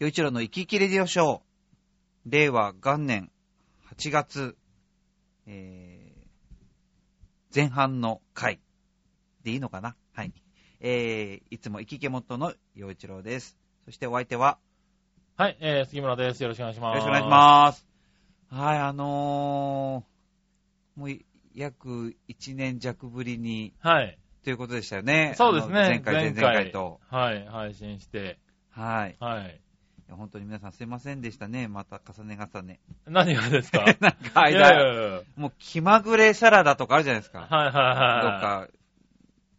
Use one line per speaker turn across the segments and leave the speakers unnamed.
与一郎の生き生きレディオショー、令和元年8月、えー、前半の回でいいのかなはい。えー、いつも生き生き元の与一郎です。そしてお相手は、
はい、えー、杉村です。よろしくお願いし
よ
ます。
ろしくお願いします。はい、あのー、もうい約1年弱ぶりに、
す。はい。
ということでしたよね。
そうですね。
あの前回、前々回と。。
はい、配信して。
はい。
はい。
いや本当に皆さんすいませんでしたね。また重ね重 ね。
何がですか
なんか 間、
いやいやいや
もう気まぐれサラダとかあるじゃないですか。
はい
どっ
は
か、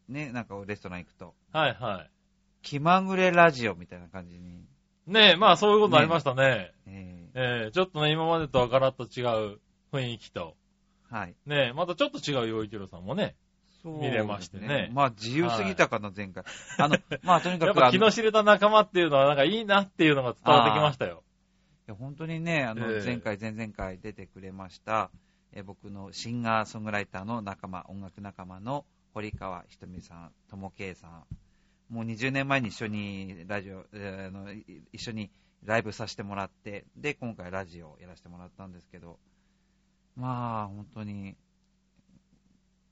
ね、なんかレストラン行くと。
いはい。はいは
気まぐれラジオみたいな感じに。
い。ねえ、まあそういうことになりましたね。
え
えー、ちょっとね、今までとはガラッと違う雰囲気と。
ーはい。
ねえ、またちょっと違う陽一郎さんもね。
そう
見れましてね
ですまあ自由すぎたかな、前回。あの、まあとにか
やっ
く、
ぱ
あの、
気
い
の知れた仲間っていうのはなんかいいなっていうのが伝わってきましたよ。
や本当にね、あの
え、え
前回、前々回出てくれました、えー僕のシンガーソングライターの仲間、音楽仲間の堀川ひとみさん、ともけいさん。もう20年前に一緒にラジオ、えーあの、い一緒にライブさせてもらって、で、今回ラジオをやらせてもらったんですけど、まあ、本当に、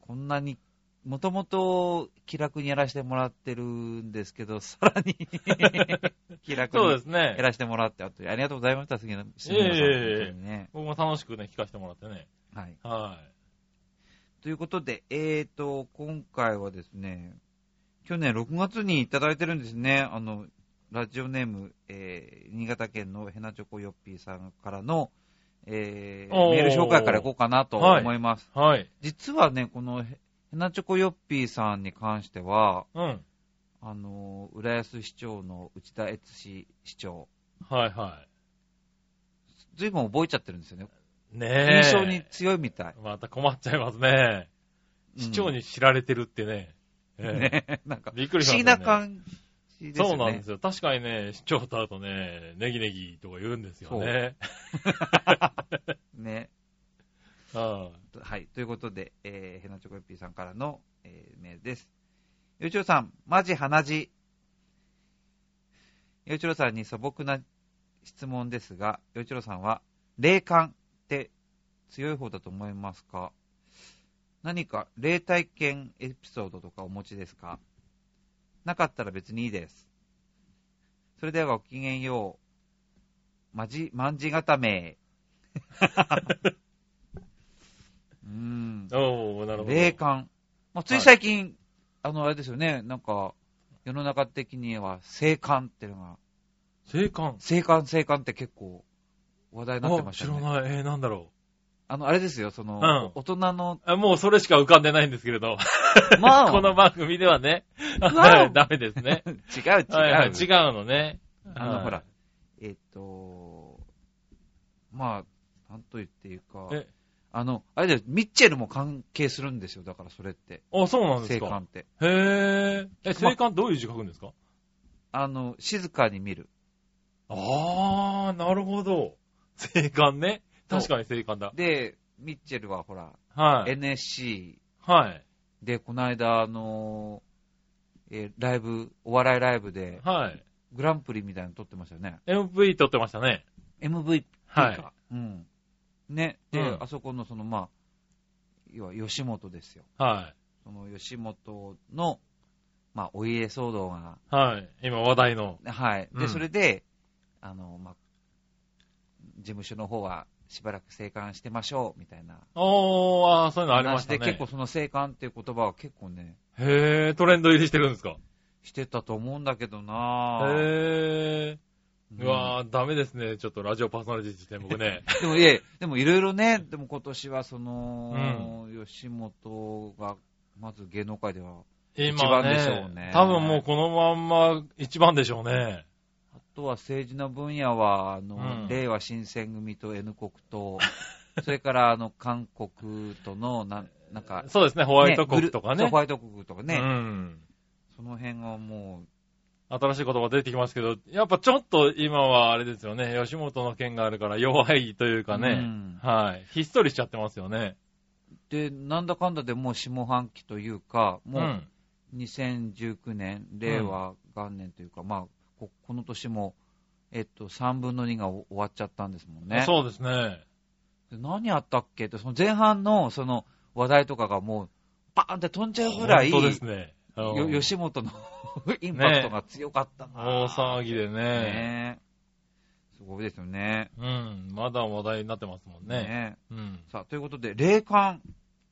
こんなに、もともと気楽にやらせてもらってるんですけど、さらに 気楽
そうで
に
すね
や。らせてもらって、あとありがとうございました、杉野杉野さん。本当にね。
僕も楽しくね、聞かせてもらってね。
はい。
は
ということで、えーと、今回はですね、去年6月にいただいてるんですね、あの、ラジオネーム、えー新潟県のヘナチョコヨッピーさんからの、えー
おー
メール紹介からいこうかなと
はい
思います。
い。はい。
実はね、このヘヘナチョコヨッピーさんに関しては、
うん。
あの、浦安市長の内田悦司市長、
はいは
ずいぶん覚えちゃってるんですよね。
い。ねえ。
印象に強いみたい。
また困っちゃいますね。
うん
市長に知られてるってね。ええ
ね、 なんか、
びっく
不
りしま
思
し
議
た、
な
ね。
感じですよね。
そうなんですよ。確かにね、市長と会うとね、ネギネギとか言うんですよね。
ね。
うん
はい。ということで、えー、ヘナチョコヨッピーさんからの、えーメールです。よいちろさん、マジ鼻血。よいちろさんに素朴な質問ですが、よいちろさんは、霊感って強い方だと思いますか何か霊体験エピソードとかお持ちですかなかったら別にいいです。それではごきげんよう。まじ、まんじ固め。うーん。
おー、なるほど。
霊感。まあ、つい最近、あの、あれですよね、なんか、世の中的には、生還っていうのが、
霊感。
生還、生還って結構、話題になって
あ、
まし
知
たよね。
らない。えー、なんだろ
あの、あれですよ、その、
うん
大人の、
う。あもうそれしか浮かんでないんですけれど。
まあ、
この番組ではね。
わお
ダメですね。
違 う違う。
はいはい違うのね。
あの、
はい
ほら、えっ、と、まあ、なんと言っていいか、
え、
あの、あれだよ、ミッチェルも関係するんですよ、だからそれって、
あ、そうなんです
生
か。
還って。
へー。え、霊感どういう字書くんですか
あの、静かに見る。
あー、なるほど。生還ね。
そう
確かに生還だ。
で、ミッチェルはほら、
はい。
NSC、
はい。
で、この間、あのーえーライブ、お笑いライブで、
はい。
グランプリみたいなの撮ってましたよね。
MV 撮ってましたね。
MVP か。
はい。
うん。ね。で、
うん
あそこの、その、まあ、要は、吉本ですよ。
は
その、吉本の、まあ、お家騒動が、
い。はい。今話題の。
はい。で、
うん
それで、あの、まあ、事務所の方は、しばらく静観してましょう、みたいな。
おー、あーそういうのありました
話
ね。
で結構その静観っていう言葉は結構ね、
へー、トレンド入りしてるんですか
してたと思うんだけどなぁ。
へ
うん
ー。うわー、ダメですね。ちょっとラジオパーソナリティとして僕ね。
でも、いえ、でもいろいろね、でも今年はその、吉本が、まず芸能界では、
今
一番でしょうね
ね。多分もうこのまんま一番でしょうね。
あとは政治の分野は、あの、
うん
令和新選組と N 国 と、それからあの、韓国との、なんなんか、
そうですね。ホ
ホ
ワイト国とかね
ホ。ワイト国とかね、
うん。
その辺がも
新しい言葉出てきますけど、やっぱちょっと今はあれですよね、吉本の件があるから弱いというかね、
うん
はい。ひっそりしちゃってますよね。。
う、で、なんだかんだでもう下半期というか、もうん2019年、令和元年というか、まあこ、この年もえっと、3分の2が終わっちゃったんですもんね。
そうですね。
で何あったっけって、その前半のその話題とかがもう、バーンって飛んじゃうぐらい、
本当ですね。
よ吉本 のインパクトが強かったな、
大騒ぎでね。
ねえすごいですよね。
うん。まだ話題になってますもんね。
ね
うん
え。さあ、ということで、霊感。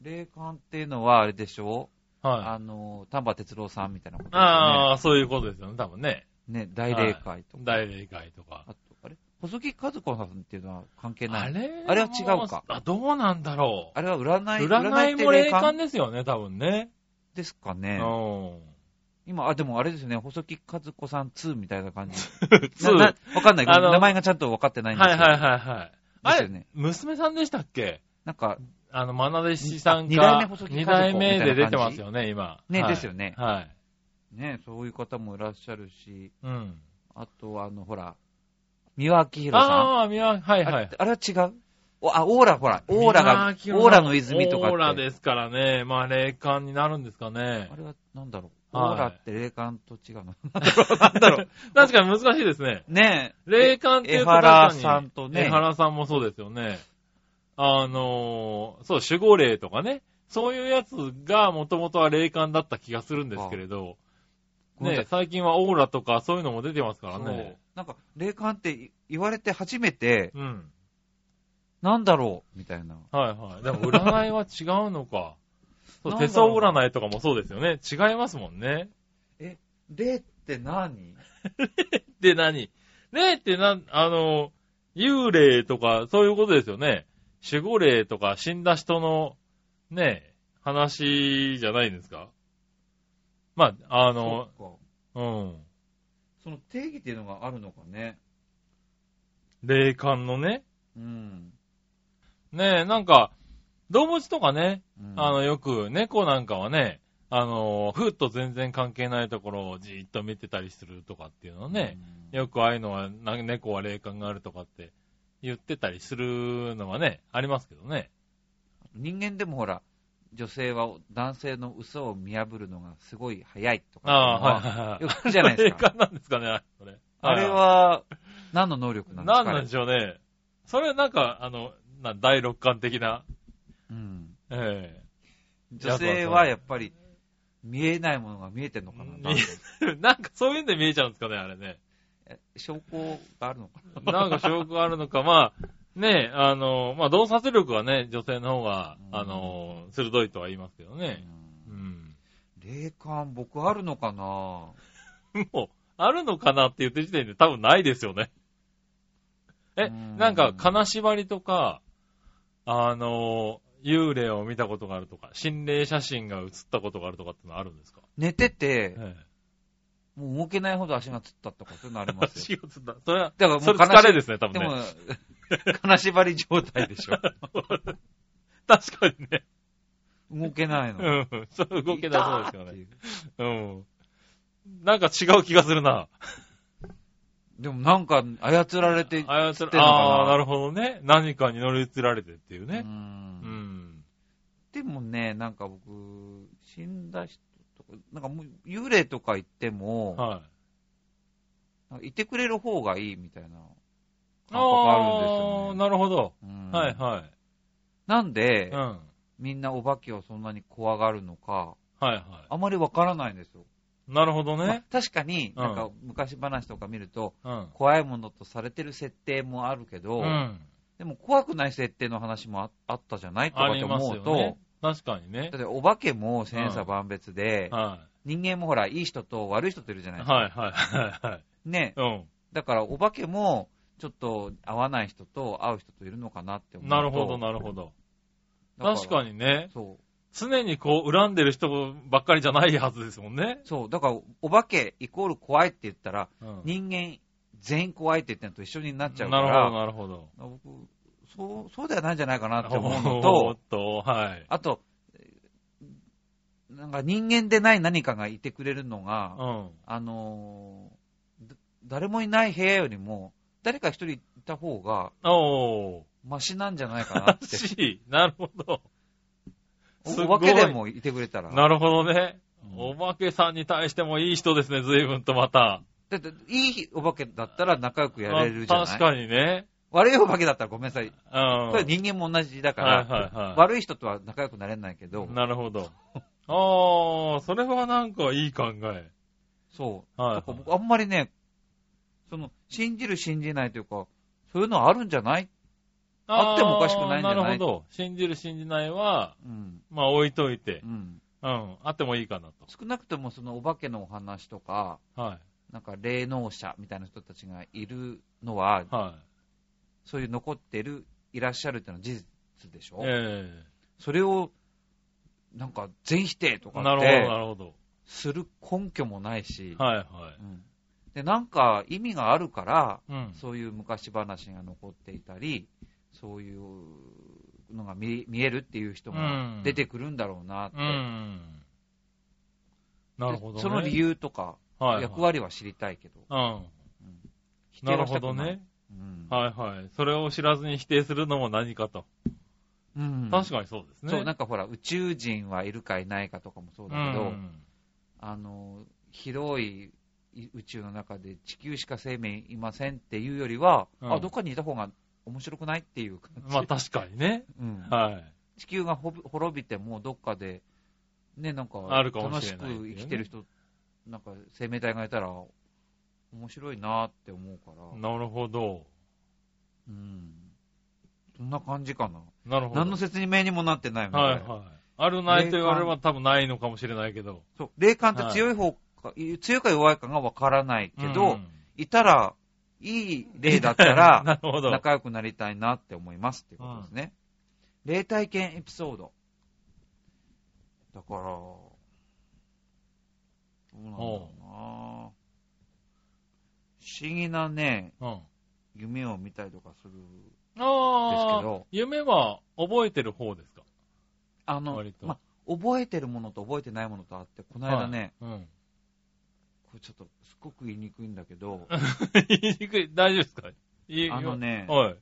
霊感っていうのはあれでしょう、
は
あの、丹波哲郎さんみたいなことで
い。
すよ
ああ、そういうことですよね、多分ね。
ね。ね、大霊界とか。
大霊界とか。
あと、あれ細木和子さんっていうのは関係ない。
あ
あれ
れ
あれは違うか
あ、どうなんだろう。
は占い、
占いも
って
霊感ですよね、多分ね。
ですか
う
ね。
ん。
今、あ、でもあれですね、細木和子さん2みたいな感 じ。
2
ななわかんないけ
あ
ど、
の
名前がちゃんとわかってないんですけ
はい
ど。
はいはいはい。あ
です
れ、
よね
娘さんでしたっけ
なんか、
あの、まな弟子さん
にあ
が
二代目細木
二
数子
代目で出てますよね、今。
ね、
はい
ですよね。
はい。
ね、そういう方もいらっしゃるし、
うん。
あと、あの、ほら、三輪明宏さん。
ああ、みわ、はい
あ
はい
れ。あれは違うおあ、オーラ、ほら、オーラが、オ
三輪明宏さん
ーラの泉とかって。
オーラですからね。まあ、霊感になるんですかね
あ。れは、なんだろう。オ
はい
ーラって霊感と違うの。 なんだろう。
確かに難しいですね。
ね
霊感っていうと
江原
確かに
さんとね
江原さんもそうですよね。あのーそう、守護霊とかね。そういうやつがもともとは霊感だった気がするんですけれど、
ごめんな
ね
さ、
最近はオーラとかそういうのも出てますから
そう
ね。
なんか、霊感ってい言われて初めて、
うん。
なんだろうみたいな。
はいは い。でも占いは違うのか。そう、
なんだろう
手相占いとかもそうですよね。違いますもんね。
霊って何
で何霊ってなん、あの、幽霊とか、そういうことですよね。守護霊とか、死んだ人の、ね、話じゃないんですかまあ、あの、
そっか
うん。
その定義っていうのがあるのかね。
霊感のね。
うん。
ねえ、なんか、動物とかね、
うん
あの、よく、猫なんかはね、あの、ふっと全然関係ないところをじーっと見てたりするとかっていうのね、
うん
よくああいうのは、な猫は霊感があるとかって言ってたりするのはね、ありますけどね。
人間でもほら、女性は男性の嘘を見破るのがすごい早いとか
ああ、はいはいはい。
よく聞くじゃないですか
霊感なんですかね、それ。
あれ、は、何の能力なんですか
何なんでしょうね。それはなんか、あの、な第六感的な、
うん
え
女性はやっぱり、見えないものが見えてるのかな
見ええ なんかそういうんで見えちゃうんですかね、あれね。
え証拠があるのかな
なんか証拠があるのか、まあ、ねえ、あの、まあ、洞察力はね、女性の方が、
うん
あの、鋭いとは言いますけどね。
う
うんん。
霊感、僕あるのかな
もう、あるのかなって言ってる時点で多分ないですよね。え、
うん
なんか、金縛りとか、あの、幽霊を見たことがあるとか、心霊写真が写ったことがあるとかってのあるんですか
寝てて、
え
もう動けないほど足がつったとか、そういうのあり
え
ますよ。
足が写った。それは、
だから
それ
悲し
疲れですね、多
で
分ね。
も、 金縛り状態でし ょ。
確かにね。
動けないの。
うん。それ動けなそうですよね。
痛っ
うん。なんか違う気がするな。
ていうでもなんか操られて、
あやつ
ってんのかな
ああー、なるほどね。何かに乗り移られてっていう
う
ね。
ん
うん。
でもね、なんか僕、死んだ人とか、なんかもう幽霊とか行っても、
はい。
なんかいてくれる方がいいみたいな
あ
感覚あるんですよ
あー
ね。
なるほど。
うん
はいはい。
なんで、
うん。はい
みんなお化けをそんなに怖がるのか、
は
あまりわからないんですよ。
い。なるほど
まあ
ね。
確かに、
うん
なんか昔話とか見ると、
うん。
怖いものとされてる設定もあるけど、
うん。
でも怖くない設定の話もああったじゃないと
あ
かっ
り
て
ます
思う
よ
と、
ね。確かにね
だ。ってお化けも千差万別で、
は
人間もほら、いい人と悪い人といるじゃ
い。
ないですか。
はいはいはいはい。
ね。
う
だからお化けも、ちょっと合わない人と合う人といるのかなって思
ん。
うと。
なるほどなるほど。確か
に。
にね。
そう。
常にこう、恨んでる人ばっかりじゃないはずですもんね。
そう。だから、お化けイコール怖いって言ったら、
うん。
人間全員怖いって言ってんのと一緒になっちゃうか
なるほ
ら、
どなるほど。
僕、そう、そうではないんじゃないかなって思うの
おー
と
っ、と、はい。
あと、なんか人間でない何かがいてくれるのが、
うん。
あのーだ誰もいない部屋よりも、誰か一人いた方が、
おー。
マシなんじゃないかなっ
ら
て。
しい。なるほど。す
お
ごい
お化けでもいてくれたら。
なるほどね
う。ん
お化けさんに対してもいい人ですね、随分とまた。
だって、いいお化けだったら仲良くやれるじゃな
あ
い
確かにね。
悪いお化けだったらごめんなさい。
うん。
これ人間も同じだから、
はいはいはい
悪い人とは仲良くなれないけど、
なるほ ど。ああ、それはなんかいい考え。
そう。
はい
だから僕あんまりね、その、信じる信じないというか、そういうのはあるんじゃないあってもおかしくないんじゃない
あーるほど。信じる信じないは、
うん。
まあ置いといて
う、ん。
うん、あってもいいかなと。
少なくともそのお化けのお話とか、
は
なんか霊能者みたいな人たちがいるのは、
い。は
そういう残ってる、いらっしゃるっていうのは事実でしょ
い。え
それを、なんか全否定と
え
か
なる
っ
ほど、
て、
なるほど。
する根拠もないし、
はいは
うんで、なんか意味があるから、
い。うん。
そういう昔話が残っていたり、そういうのが見見えるっていう人
う
が
ん
出てくるんだろうなって、
うん。なるほど、
で
ね。
その理由とか、
はいはい、
役割は知りたいけど、
うん。
否定
なる
はし
ほ
たく
ど
ない
ね。
うん
はいはい。それを知らずに否定するのも何かと。
うん
確かにそうですね。
そう、なん
ん
かほら、宇宙人はいるかいないかとかもそうだけど、
うん、
あの、広い宇宙の中で地球しか生命いませんっていうよりは、
うん
あ、どっかにいた方が面白くないっていう感じ。
まあ確かにね。
うん
はい。
地球がほぶ滅びても、どっかで、ね、なんか、
あるかも
楽
し
し
れ
く
ないっていうね
生きてる人、なんか生命体がいたら、面白いなって思うから、
なるほど。
うん。そんな感じかな。
なるほど。
何の説明にもなってないもん
はい
これ
はい。あるないと言われれば多分ないのかもしれないけど。
そう霊感って強い方か、強いか弱いかがわからないけど、
うん
いたら、いい例だったら、
なるほど。
仲良くなりたいなって思いますっていうことですね。霊体験エピソード。だから、どうなんだろうな不思議なね、
うん。
夢を見たりとかする。
あ
ですけ
あ
ど、
夢は覚えてる方ですか
あの
割、と
ま、覚えてるものと覚えてないものとあって、この間ね、
は い。うん。
これちょっとすっごく言いにくいんだけど、
言いにくい。大丈夫ですかいい
あのね
はい。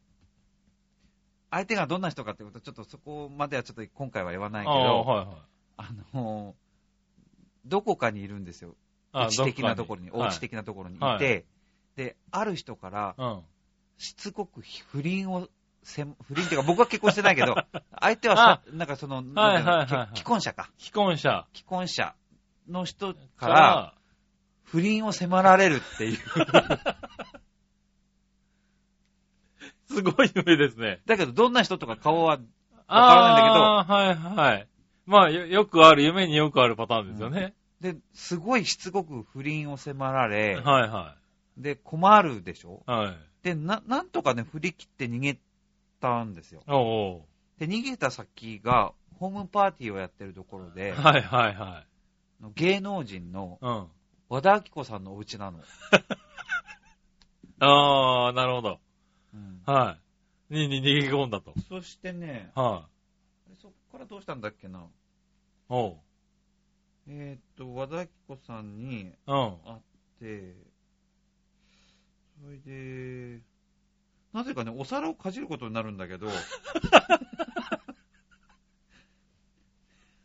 相手がどんな人かってこと、ちょっとそこまではちょっと今回は言わない
あ
け
あ、
ど、
はいはい。
あのどこかにいるんですよ。
あ
うち的なところに、おうち
的。
的なところにいて、
はい
で、ある人から、
はいうん。
しつこく不倫をせん、 不倫っていうか、僕は結婚してないけ ど、相手はさ、なんかその、なんてうの
はいはいはい
け既婚者か。
既婚者
既婚者の人
か
から、
ら、
不倫を迫られるっていう。
すごい夢ですね。
だけど、どんな人とか顔は、
ああ、はいはい。まあ、よよくある、夢によくあるパターンですよね。
で、すごいしつこく不倫を迫られ、
はいは
で、困るでしょ
い。はい。
で、な、なんとかね、振り切って逃げたんですよ。
おうお
で、逃げた先が、ホームパーティーをやってるところ
う。
で、
はいはいはい。
芸能人の
うん。
和田アキ子さんのお家なの。
ああ、なるほど。はい。に、に逃げ込んだと。
そしてね、
はい。
そこからどうしたんだっけな。
おう。
えーっと、和田アキ子さんに
うん。
会って、それで、なぜかね、お皿をかじることになるんだ けど、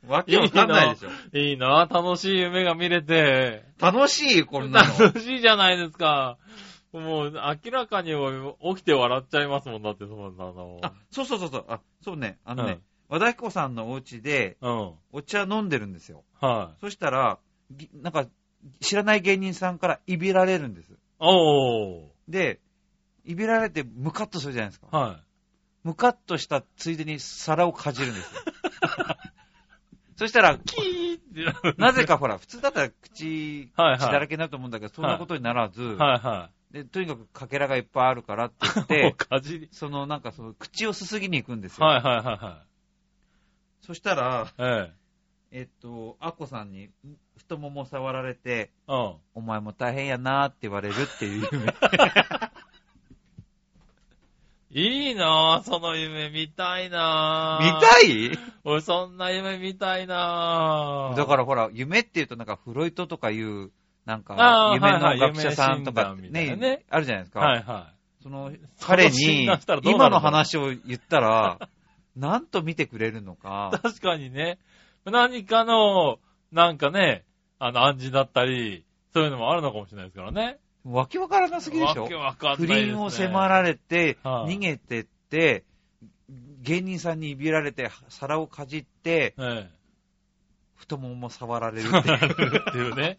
わけわかんないでしょ。
いいな、楽しい夢が見れて。
楽しい、こんなの。
楽しいじゃないですか。もう、明らかに起きて笑っちゃいますもんだって、そんなの。
あ、そうそうそうそう、あ、そうね、あのね、
うん
和田アキ子さんのお家で、
うん。
お茶飲んでるんですよ。
はい。
そしたら、ぎなんか、知らない芸人さんからいびられるんです。
おー。
で、いびられてムカッとするじゃないですか。
は
ムカッとしたついでに皿をかじるん ですよ。そしたら、
い。キーってなる。
なぜかほら、普通だったら口、血
はいはい
だらけになると思うんだけど、そんなことにならず、
はいは
でとにかくかけらがいっぱいあるからって言っ
い。も
て、
うかじり。
そのなんかその口をすすぎに行くんですよ。
はいはいは
そしたら、
いはい。ええ。
えっと、アッコさんに太もも触られて、
うん。
お前も大変やなーって言われるって いう夢。
いいなぁ、その夢見たいな
見
ぁ。い
たい
俺そんな夢見たいなぁ。
だからほら、夢っていうとなんかフロイトとかいう、なん
あ
か
ー、
夢
は
の
いはい
学者さんとかって
夢診断みたいな
ね、
ね
あるじゃないですか。
はいは
その
その
彼
診
に
断したら、どうな
今
るんだろう
の話を言ったら、なんと見てくれるの
い。
か、
確かにね。何かの、なんかね、あの、暗示だったり、そういうのもあるのかもしれないですからね。
わけわからなすぎでしょ
わけわかんないで
不
す、ね。
倫を迫られて、
はい
逃げてって、芸人さんにいびられて、皿をかじって、
え
太ももも触られ
え。
る
な
っていう。
るっていうね。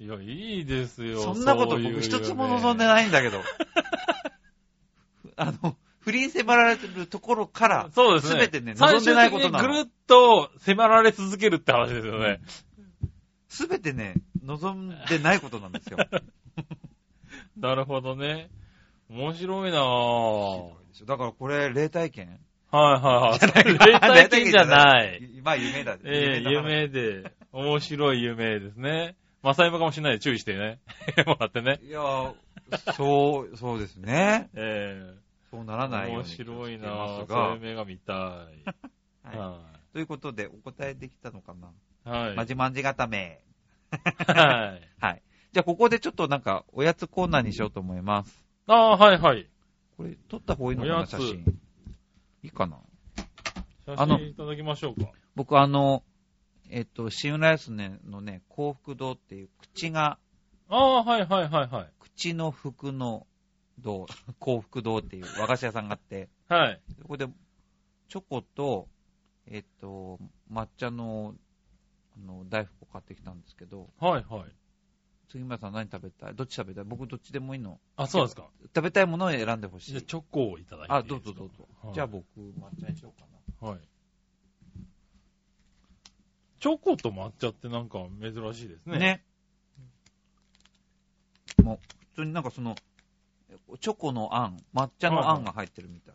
いや、 いいですよ。
そんなこと
ういう
僕
ね
一つも望んでないんだけど。 あの、不倫迫られてるところから、
そうですね。
全てね望んでないことなの
最終的にぐるっと迫られ続けるって話ですよね。
すべてね、望んでないことなんです よ。
なるほどね。面白いな ぁ。
だからこれ、霊体験
は いはいはい。霊体験じゃない。。
まあ、夢だ。
ええ
だ
夢で、面白い夢ですね。まさイもかもしれないで注意してね。 もらってね。
いや、そう、そうですね。
え
そうな
え
らないよう
面
に気を
白
つけ
い
ます
なぁ。
が
そういう夢が見たい。
はい
は。
ということで、お答えできたのかない
はい。
まじまんじ固め。
はい。
はい。じゃあ、ここでちょっとなんか、おやつコーナーにしようと思います。
ああ、はいはい。
これ、撮った方がいいのか
お
な、
やつ
写真。いいかな
写
あの
真いただきましょうか。
僕、あの、えっと、新浦安のね、幸福堂っていう、口が、
ああ、はいはいはいはい。
口の服の堂、 幸福堂っていう和菓子屋さんがあって、
はい。
そこで、チョコと、えっと、抹茶の、あの、大福を買ってきたんですけど、
はいはい。
杉村さん何食べたいどっち食べたい僕どっちでもいいの
あ、そうですか。
食べたいものを選んでほし
じゃあ
い。
チョコをいただいてい
あ、
いで
ど
す
うぞ
か
どうぞ。
はい
じゃあ僕、抹茶にしようかな。
はい。チョコと抹茶ってなんか珍しいですね。
ね。もう、普通になんかその、チョコのあん、抹茶のあんが入ってるみたい。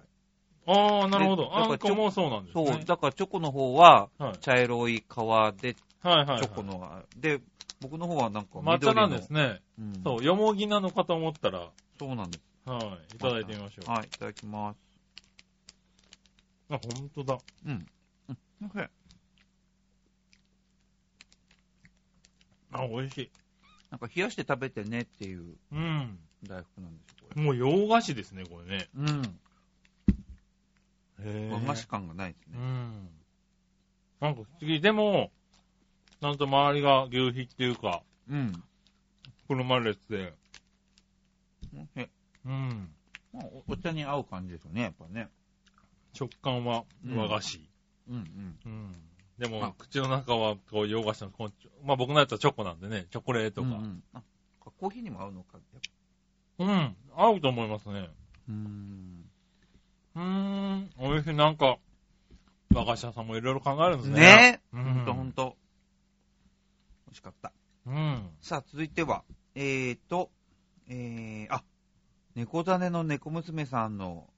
ああ、なるほ
で
ど。
だから
あんこもそうなんですね。
そう、だからチョコの方は、
はい。
茶色い皮で、チ
はいはい、はい。
ョコの、で、僕の方はなんか緑の
抹茶なんですね。
うん
そう、よもぎなのかと思ったら、
そうなんで
はい。いただいてみましょ
す。はい、いただきます。
う。あ、ほんとだ。
うん。うんおいしい
あ、美味しい。
なんか冷やして食べてねっていう
うん。
大福なんですよ、これ。
もう洋菓子ですね、これね。
うん。
へ
和菓子感がないです
う
ね。
ん。なんか不思議。でも、ちゃんと周りが牛皮っていうか、
うん。
車列で。
おいしい
うん。
まあおお茶に合う感じですよね、やっぱね。
食感は和菓子。
うんうん。
うん。でも
あ、
口の中はこう洋菓子のこう、まあ僕のやつはチョコなんでね、チョコレート
うん
が
う。んあコーヒーにも合うのか。
うん、合うと思いますね。
うーん。
うーん、美味しい。なんか、和菓子屋さんもいろいろ考えるんですね。
ね
う
え。ほんとほん
ん。
と。美味しかった。
うん。
さあ、続いては、えーと、えー、あ、猫種の猫娘さんの、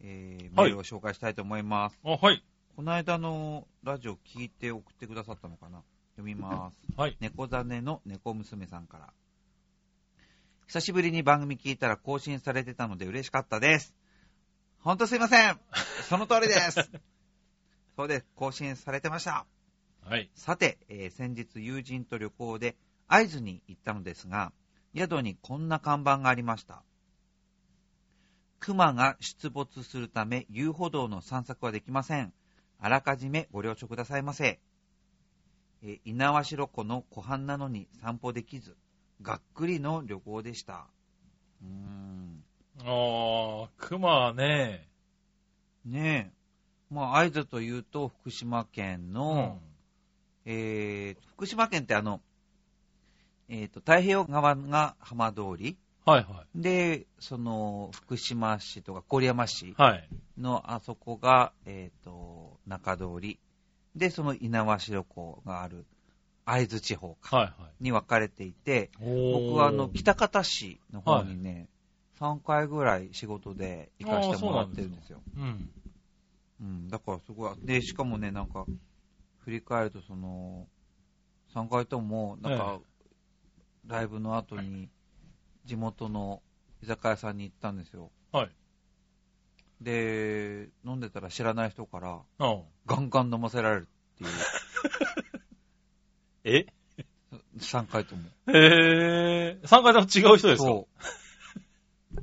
えー、メ
は
ー
い
ルを紹介したいと思います。
あ、はい。
この間のラジオ聞いて送ってくださったのかな読みます。
はい。
猫ザネの猫娘さんから。久しぶりに番組聞いたら更新されてたので嬉しかったです。ほんとすいません。その通り です。そうです。更新されてました。
はい。
さて、えー先日友人と旅行で会津に行ったのですが、宿にこんな看板がありました。熊が出没するため遊歩道の散策はできません。あらかじめご了承くださいませ。えー猪苗代湖の湖畔なのに散歩できず、がっくりの旅行でした。うーん。
あー、熊ね。
ねえ。まあ、会津というと福島県
う
の、えー福島県ってあの、えーと、太平洋側が浜通り、
はいは
で、その、福島市とか郡山市
い。はい。
のあそこが、えーと、中通り、で、その猪苗代湖がある会津地方
はいは
に分かれていて、
い。お
僕はあの、北方市の方にね、3回ぐらい仕事で行かせてもらってるんですよ。
うん。
うん、だからすごい、で、しかもね、なんか、振り返ると、その、3回とも、なんか、ライブの後に、地元の居酒屋さんに行ったんですよ。
はい。
で、飲んでたら知らない人から、
あー
ガンガン飲ませられるっていう、
え
3回とも。
へー。3回とも違う人ですか
そう。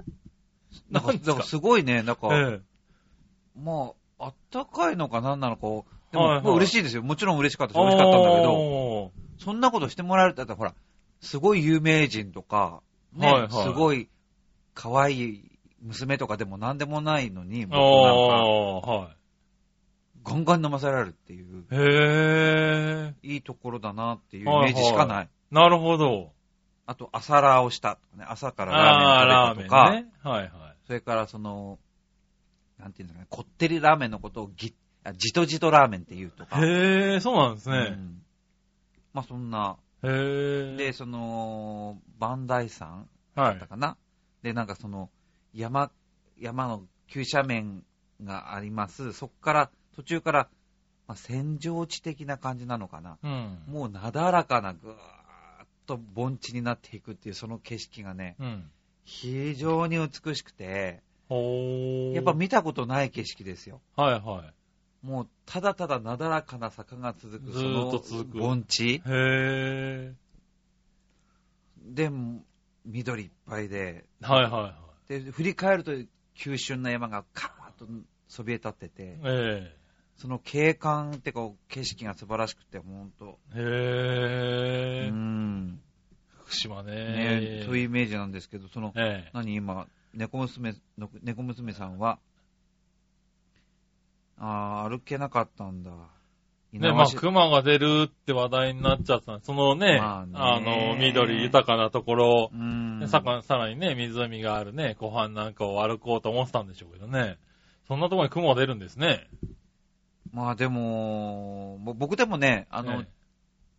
なんか、
なんですか
だからすごいね、なんか、
え
まあ、あったかいのかなんなのかを、で
はい
も、
はい
まあ嬉しいですよ。もちろん嬉しかった
え
し、美味しかったんだけど、
おー
そんなことしてもらえるって、だってほら、すごい有名人とか、ね、
はいはい
すごい可愛い娘とかでも何でもないのに、
あ
僕なんか
あ、は
ガンガン飲ませられるっていう、
い。へえ。
いいところだなっていうイメージしかない。
はなるほど。
あと、朝ラーをしたとかね、朝から
あ
ラ
あ
ー
ー、
メン食
ラ
べたとか、
ーメンね。はいはい。
それからその、なんていうんですかね、こってりラーメンのことをぎ、あじとじとラーメンって言うとか。
へえ、そうなんです
う
ね。
んまあそんな、
へえ。
で、その、バンダイさんだ
は
った
い。
かな、で、なんかその、山、山の急斜面があります。そこから、途中から、まあ、戦場地的な感じなのかな。
うん。
もうなだらかな、ぐーっと盆地になっていくっていう、その景色がね、
うん。
非常に美しくて、
ほー。
やっぱ、見たことない景色ですよ。
はいは
もう、ただただなだらかな坂が続く、
ず
そ
ー
の
っと続く
盆地。
い。へえ。
で、緑いっぱいで、
はいはいはい。
で、振り返ると、急峻な山がカーッとそびえ立ってて、
え
その景観ってか、景色が素晴らしくて、ほんと。
え。
う
へえ。
ん。
福島ね。
ね、そういうイメージなんですけど、その、
ええ。
何今、猫娘の、猫娘さんは、あー歩けなかったんだ。
ね、まあ、熊が出るって話題になっちゃった。そのね、
まあ
あ
ね
の、緑豊かなところ、
うん。
さかさらにね、湖があるね、湖畔なんかを歩こうと思ってたんでしょうけどね。そんなところに雲が出るんですね。
まあでも、ぼ僕でもね、あの
え、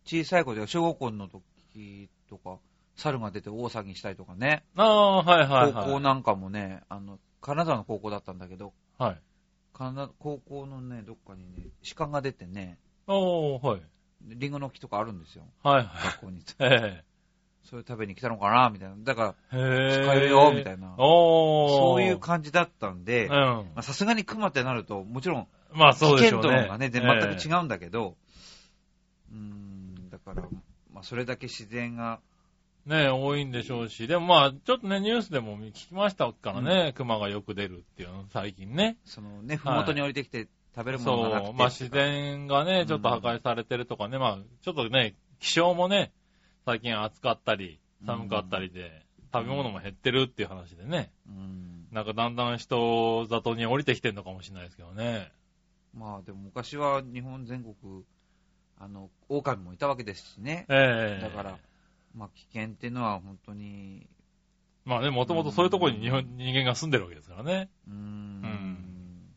小さい子で小学校の時とか、猿が出て大騒ぎしたりとかね、
ああ、はいはい
高
はい。
校なんかもね、あの、金沢の高校だったんだけど、
はい。
金高校のね、どっかにね、鹿が出てね、
おー、はい。
リンゴの木とかあるんです よ、
はいはい。
学校に。
え
それ食べに来たのかなみたいな。だか
え。へ
ら、
え。
使えるよ、みたいな。
おー。
そういう感じだったんで、ま
うん。
あさすがに熊ってなると、もちろん、
まあそう
危
でしょ
険
う
度
ね。
がね、で全く違うんだけど、うーん、だから、まあ、それだけ自然が、
ね、多いんでしょうし、でもまあ、ちょっとね、ニュースでも聞きましたからね、熊がよく出るっていうの、最近ね。
そのね、ふもとに降りてきて食べるものがなくて
そう、まあ自然がね、ちょっと破壊されてるとかね、まあ、ちょっとね、気象もね、最近暑かったり、寒かったりで、
うん
食べ物も減ってるっていう話でね、
うん、
なんかだんだん人里に降りてきてるのかもしれないですけどね。
まあでも昔は日本全国、あの、狼もいたわけですしね。
ええ
だから、まあ危険っていうのは本当に、
まあね、もともとそういうところに日本人間が住んでるわけですからね。
うーん、
ん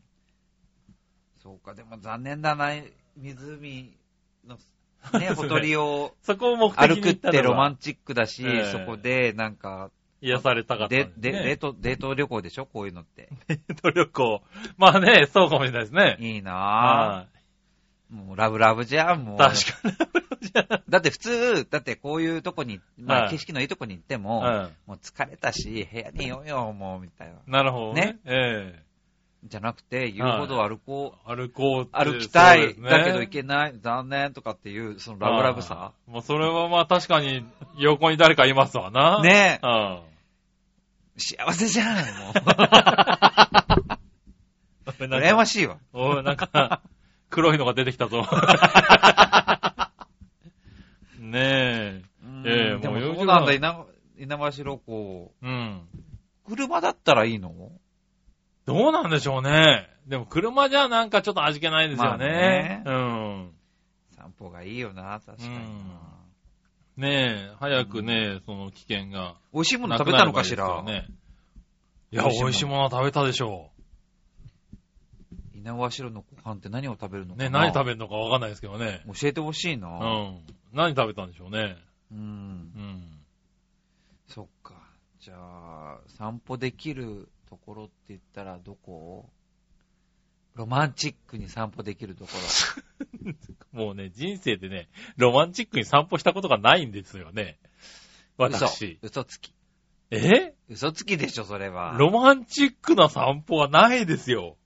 そうか、でも残念だな、湖 の、ね、ほとりを
そこを目的
歩
に
く
行
っ
った
て
の
ロマ
が
ンチックだし、
ええ
そこでなんか、
癒されたかったん
で、
す
で、
ね
デート、デート旅行でしょこういうのって。
デート旅行。まあね、そうかもしれないですね。
いいなぁ。もうラブラブじゃん、も
あ
う。
確かに。じゃ
だって普通、だってこういうとこに、ま
は
あ
い
景色のいいとこに行っても、
あう
もう疲れたし、部屋にいようよ、もう、みたいな。
ん。なるほどね
ね。
ええ
じゃなくて、言うほど歩こう。
歩こうって
歩きた
そう
い、
ですね
だけど行けない、残念とかっていう、そのラブラブさ。
ああもうそれはまあ確かに横に誰かいますわな。
ねえ、
うん。
幸せじゃん、も う。
羨
羨ま
しい。
しいわ。
おいなんか、黒いのが出てきた ぞ。ね
うん
ええ
で
も
も
う余裕
そうなん
が
だ、稲稲葉四郎子。
え。うん。
車だったらいいの
どうなんでしょうね。でも車じゃなんかちょっと味気ないですよね。うん。
散歩がいいよな、確かにな、
うんねえ、早くね、その危険が
美味しいもの
な
食
く
べ
な
た
れ
のか
ばいい
し
ですよ
ら。
ね。いや、美味しいものは食べたでしょ
稲葉四郎のご飯って何を食べる
う
の。か
ね、
な、
何食べるのかわかんないですけどね。
教えてほしいうな、
ん。何食べたんでしょうね。
うん。
うん。
そっか。じゃあ、散歩できるところって言ったらどこロマンチックに散歩できるところ。
もうね、人生でね、ロマンチックに散歩したことがないんですよね。私。
嘘。嘘つき。
え
嘘つきでしょ、それは。
ロマンチックな散歩はないですよ。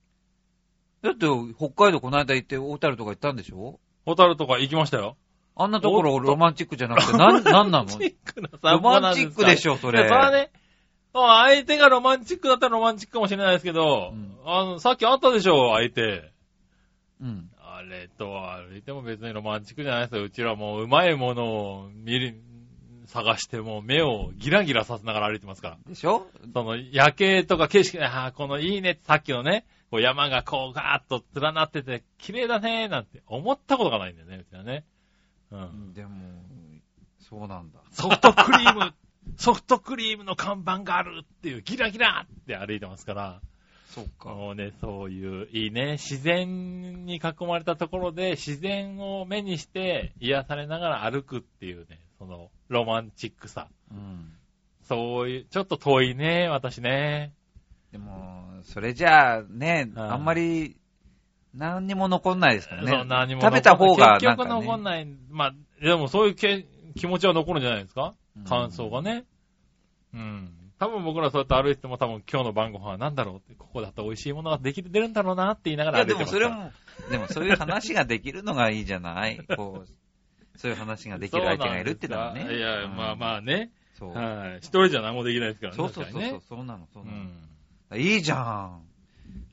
だって、北海道この間行って、小樽とか行ったんでしょ
ホタルとか行きましたよ。
あんなとこ
お
ろ
っと
ロマンチックじゃなくて、 なん、なんな
ロマン
の
チックな
ロ
散歩
マ
な
ン
んで
チ
すか
ックでしょ、そ
いや
れ。
それはね、まあ相手がロマンチックだったらロマンチックかもしれないですけど、
うん
あの、さっきあったでしょ、相手。
うん。
あれとは歩いても別にロマンチックじゃないですよ。うちらもううまいものを見る、探してもう目をギラギラさせながら歩いてますから。
でしょ
その夜景とか景色、ああ、このいいね、さっきのね、こう山がこうガーッと連なってて、綺麗だね、なんて思ったことがないんだよね、うちはね。うん。
でも、そうなんだ。
ソフトクリーム、ソフトクリームの看板があるっていう、ギラギラって歩いてますから。
そうか。
もうね、そういう、いいね、自然に囲まれたところで、自然を目にして、癒されながら歩くっていうね、その、ロマンチックさ。
うん。
そういう、ちょっと遠いね、私ね。
でも、それじゃあね、
うん
あんまり、何にも残んないですからね。
そう何も残ん
食べた方が
結
なん
局
か、ね、
残んない。まあ、でもそういうけ気持ちは残るんじゃないですか
うん
感想がね。うん。多分僕らそうやって歩いてても多分今日の晩ご飯は何だろうって、ここだと美味しいものができて出るんだろうなって言いなが
い
ら
や、
歩い
で
て
も
ます
そ
から
れも、でもそういう話ができるのがいいじゃないこう、そういう話ができる相手がいるってのはね
そうなん。ですかいや、まあま
あ。
あね。
そう。
はい。一人じゃ何もできないですからね。
そうそう
確
そ
か
う
に
そ
ね
う、そうなの、そううなの。
ん。
いいじゃん。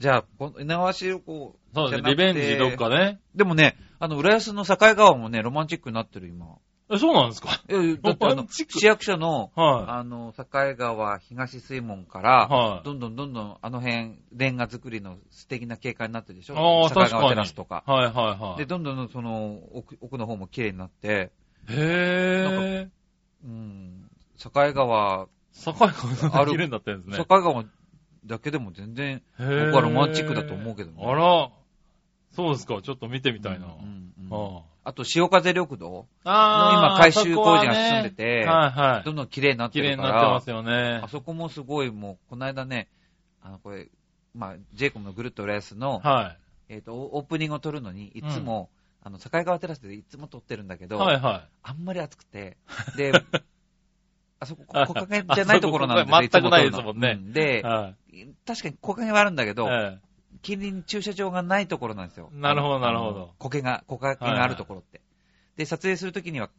じゃあ、この、わしをこう、
そうですね、リ
じゃな
ベン
くて
ジどっかね。
でもね、あの、浦安の境川もね、ロマンチックになってる、今。
え、そうなんですか
いやいやだってあ
ロマ
の
ンチック
市役所の、
は
あの、境川東水門か
い。
ら、
はい。
どんどんどんどんあの辺、レンガ作りの素敵な景観になってるでしょ
ああ、
境
確
川
か
テ
に。
ラスとか。
はいはいは
で、
い。
どんどんどんその奥、奥の方も綺麗になって、
へ
う
ぇー。
ん、境川、
境川できるんだったんですね。
境川だけでも全然、僕はロマンチックだと思うけどね
ね。あら、そうですか、ちょっと見てみたいな。
うんうんうん
あ
あと、潮風緑道、
あ
今改修工事が進んでて
そこはねはいはい。
どんどん綺麗になって
綺
る
麗に
か
なって
ら、
ますよね
あ。そこもすごい、もう、この間ね、あの、これ、まあ、ジェイコムのぐるっと浦安の、
は
えっ、と、オープニングを撮るのに、いつも、あの、境川テラスでいつも撮ってるんだけ
い。
ど、
はいは
あんまり暑く て、で、あそこ、
あ
木陰じゃないところなんです
あそこ
よ、
全くない
いつ撮るの
ですもんね
うん
い。
で、
はい
確かに木陰はあるんだけど、
え
近隣に駐車場がないところなんですよ。
なるほどなるほど
あの。苔が、木陰があるところって。で、撮影するときには、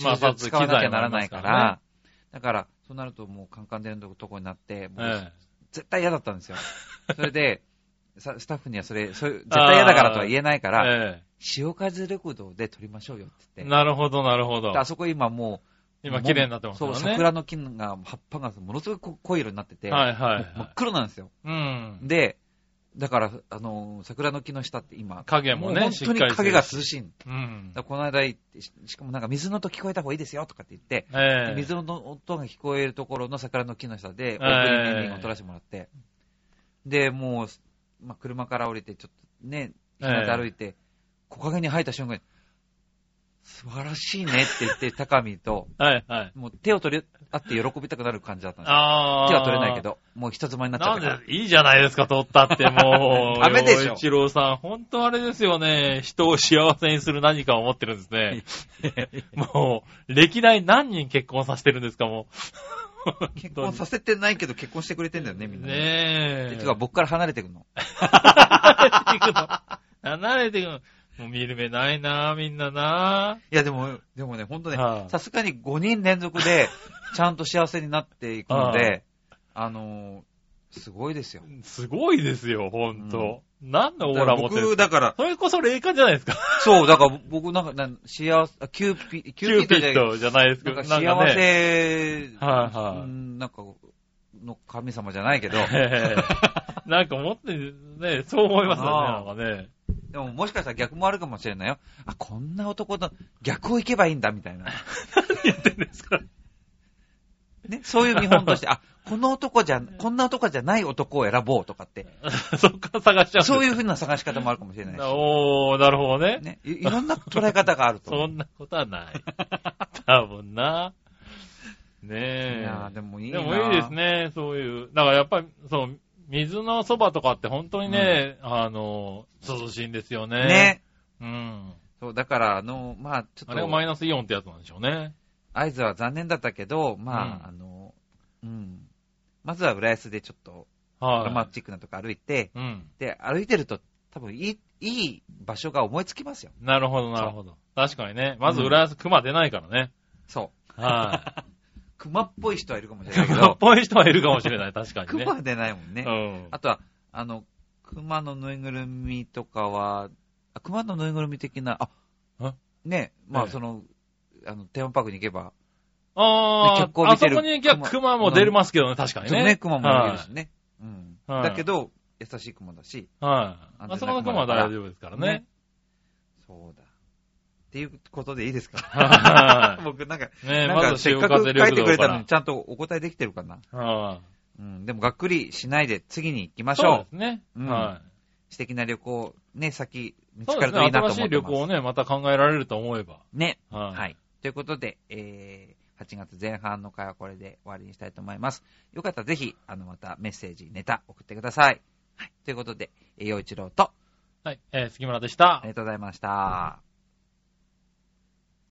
え
駐
まあ
車場使わなきゃならないか。
機材もありま
ら、だから、そうなるともうカンカンでのとこになって、
す
僕
からねええ
絶対嫌だったんです よ。それで、さスタッフにはそれ、それ絶対嫌だからとは言えないから、
え
潮風緑道で撮りましょうよって
え
言って。
なるほど、なるほど
で。あそこ今もう、
今、綺麗になってますからね。
そう、桜の木が、葉っぱがものすごく濃い色になってて、
はいはいは
もう真っ
い。
黒なんですよ。
うん。
で、だから、あのー桜の木の下って今、
影もね、
う本
しっ
当
かり
に
してる
影が涼しいの。
うん
だから。この間行って、ししかもなんか水の音聞こえた方がいいですよとかって言って、
ええ
水の音が聞こえるところの桜の木の下で、オープニ
え
ングエンディングを撮らせてもらって、で、もう、まあ、車から降りて、ちょっとね、日向歩いて、木陰に入った瞬間に、素晴らしいねって言って、高見と、
はいはい。
もう手を取り合って喜びたくなる感じだったんですよ。
ああ。
手は取れないけ。ど、もう人妻になっちゃったから。
なんで、いいじゃないですか、取ったって、も う。
ダメでしょ
洋一郎さん、本当あれですよね。人を幸せにする何かを持ってるんですね。 もう、歴代何人結婚させてるんですか、もう。
結婚させてないけど結婚してくれてんだよね、みんな。
ねえ。
てか僕から離れてくの。
離れていくの。離れていくの。もう見る目ないなみんなない
やでも、でもね、ほんとね
は、い
さすがに5人連続 で、ちゃんと幸せになっていくの
は
で、あのー、すごいですよ。
すごいですよ、ほんと。何のオーラ持ってる
僕、だから、
それこそ霊感じゃないですか。
そう、だから僕なんか、なん幸せ、あキューピ、キ
キ
ュー
ュ
ピ
ーピ
ッドじゃ
ッ
ない
ドじゃないですけ
なん
ど、
か
なん
幸
かね。
せ、
はいはい
うんなんか、の神様じゃないけ ど、
ええなんか持ってるね、そう思います
ああ
よね、なんかね。
でももしかしたら逆もあるかもしれないよ。あ、こんな男だ、逆を行けばいいんだ、みたいな。
何言ってんですか
ね、そういう見本として、あ、この男じゃ、こんな男じゃない男を選ぼうとかって、
そっから探しちゃうんです
そういう風な探し方もあるかもしれないし、
おー、なるほどね。
ね、いいろんな捉え方があると思
そんなことはない。多分な。
う。い
ねえ。
やーでもいい
で
な
もいいです。ね、そういう。だからやっぱり、そう、水のそばとかって本当にね、あの、涼しいんですよね。
ね。
うん。
そう、だから、あの、まあ、ちょ
あ
っ
れがマ
と、
イナスイオンってやつなんでしょうね。
合図は残念だったけど、まあ、
うん
あの、うん。まずは浦安でちょっと、
はい。
ロマンチックなとこ歩いて、
うん。
で、歩いてると、多分いい、いい場所が思いつきますよ。
なるほど、なるほど。確かにね。まず浦安熊出ないからね。
そ
はい。
う。熊っぽい人はいるかもしれないけ
熊っ
ど、
ぽい人はいるかもしれない、確かにね。
熊は出ないもんね。
うん。
あとは、あの、熊のぬいぐるみとかは、あ熊のぬいぐるみ的な、あ
あ
ね、ま
え
あ
え
その、あの、テーマパークに行けば、
あ
脚光
あ、あ
見
そ
てる
こに行きゃ熊も出ますけどね、確かに
そう
ね。
ね、熊もいるしね。うん。
はい
だけど、優しい熊だし、
はい。
安
あ
全
そこ
な熊
の熊は
だから
大丈夫ですからね。
そうだ。っていうことでいいです
は
か
い
僕なんか、
ね
なん
ま
か
ず
せっ
潮
かく書
風
い
力
てくれ
道
た
か
のに
ら。
ちゃんとお答えできてるかな。
はい
うん、でもがっくりしないで次に行きまし
そう
ょ
ですね。
うん
は
う。素敵な旅行、ね、先
い。
見
そ
つ
う
か
で
る
すね。
といいなと
新し
思っ
い
て
旅
ます。
行をね、また考えられると思えば。
ね。
は。
はいい。ということで、えー、8月前半の会はこれで終わりにしたいと思います。よかったらぜひ、あの、またメッセージ、ネタ送ってください。はい。ということで、えー、陽一郎と、
はい。えー、杉村でした
あり。がとうございました。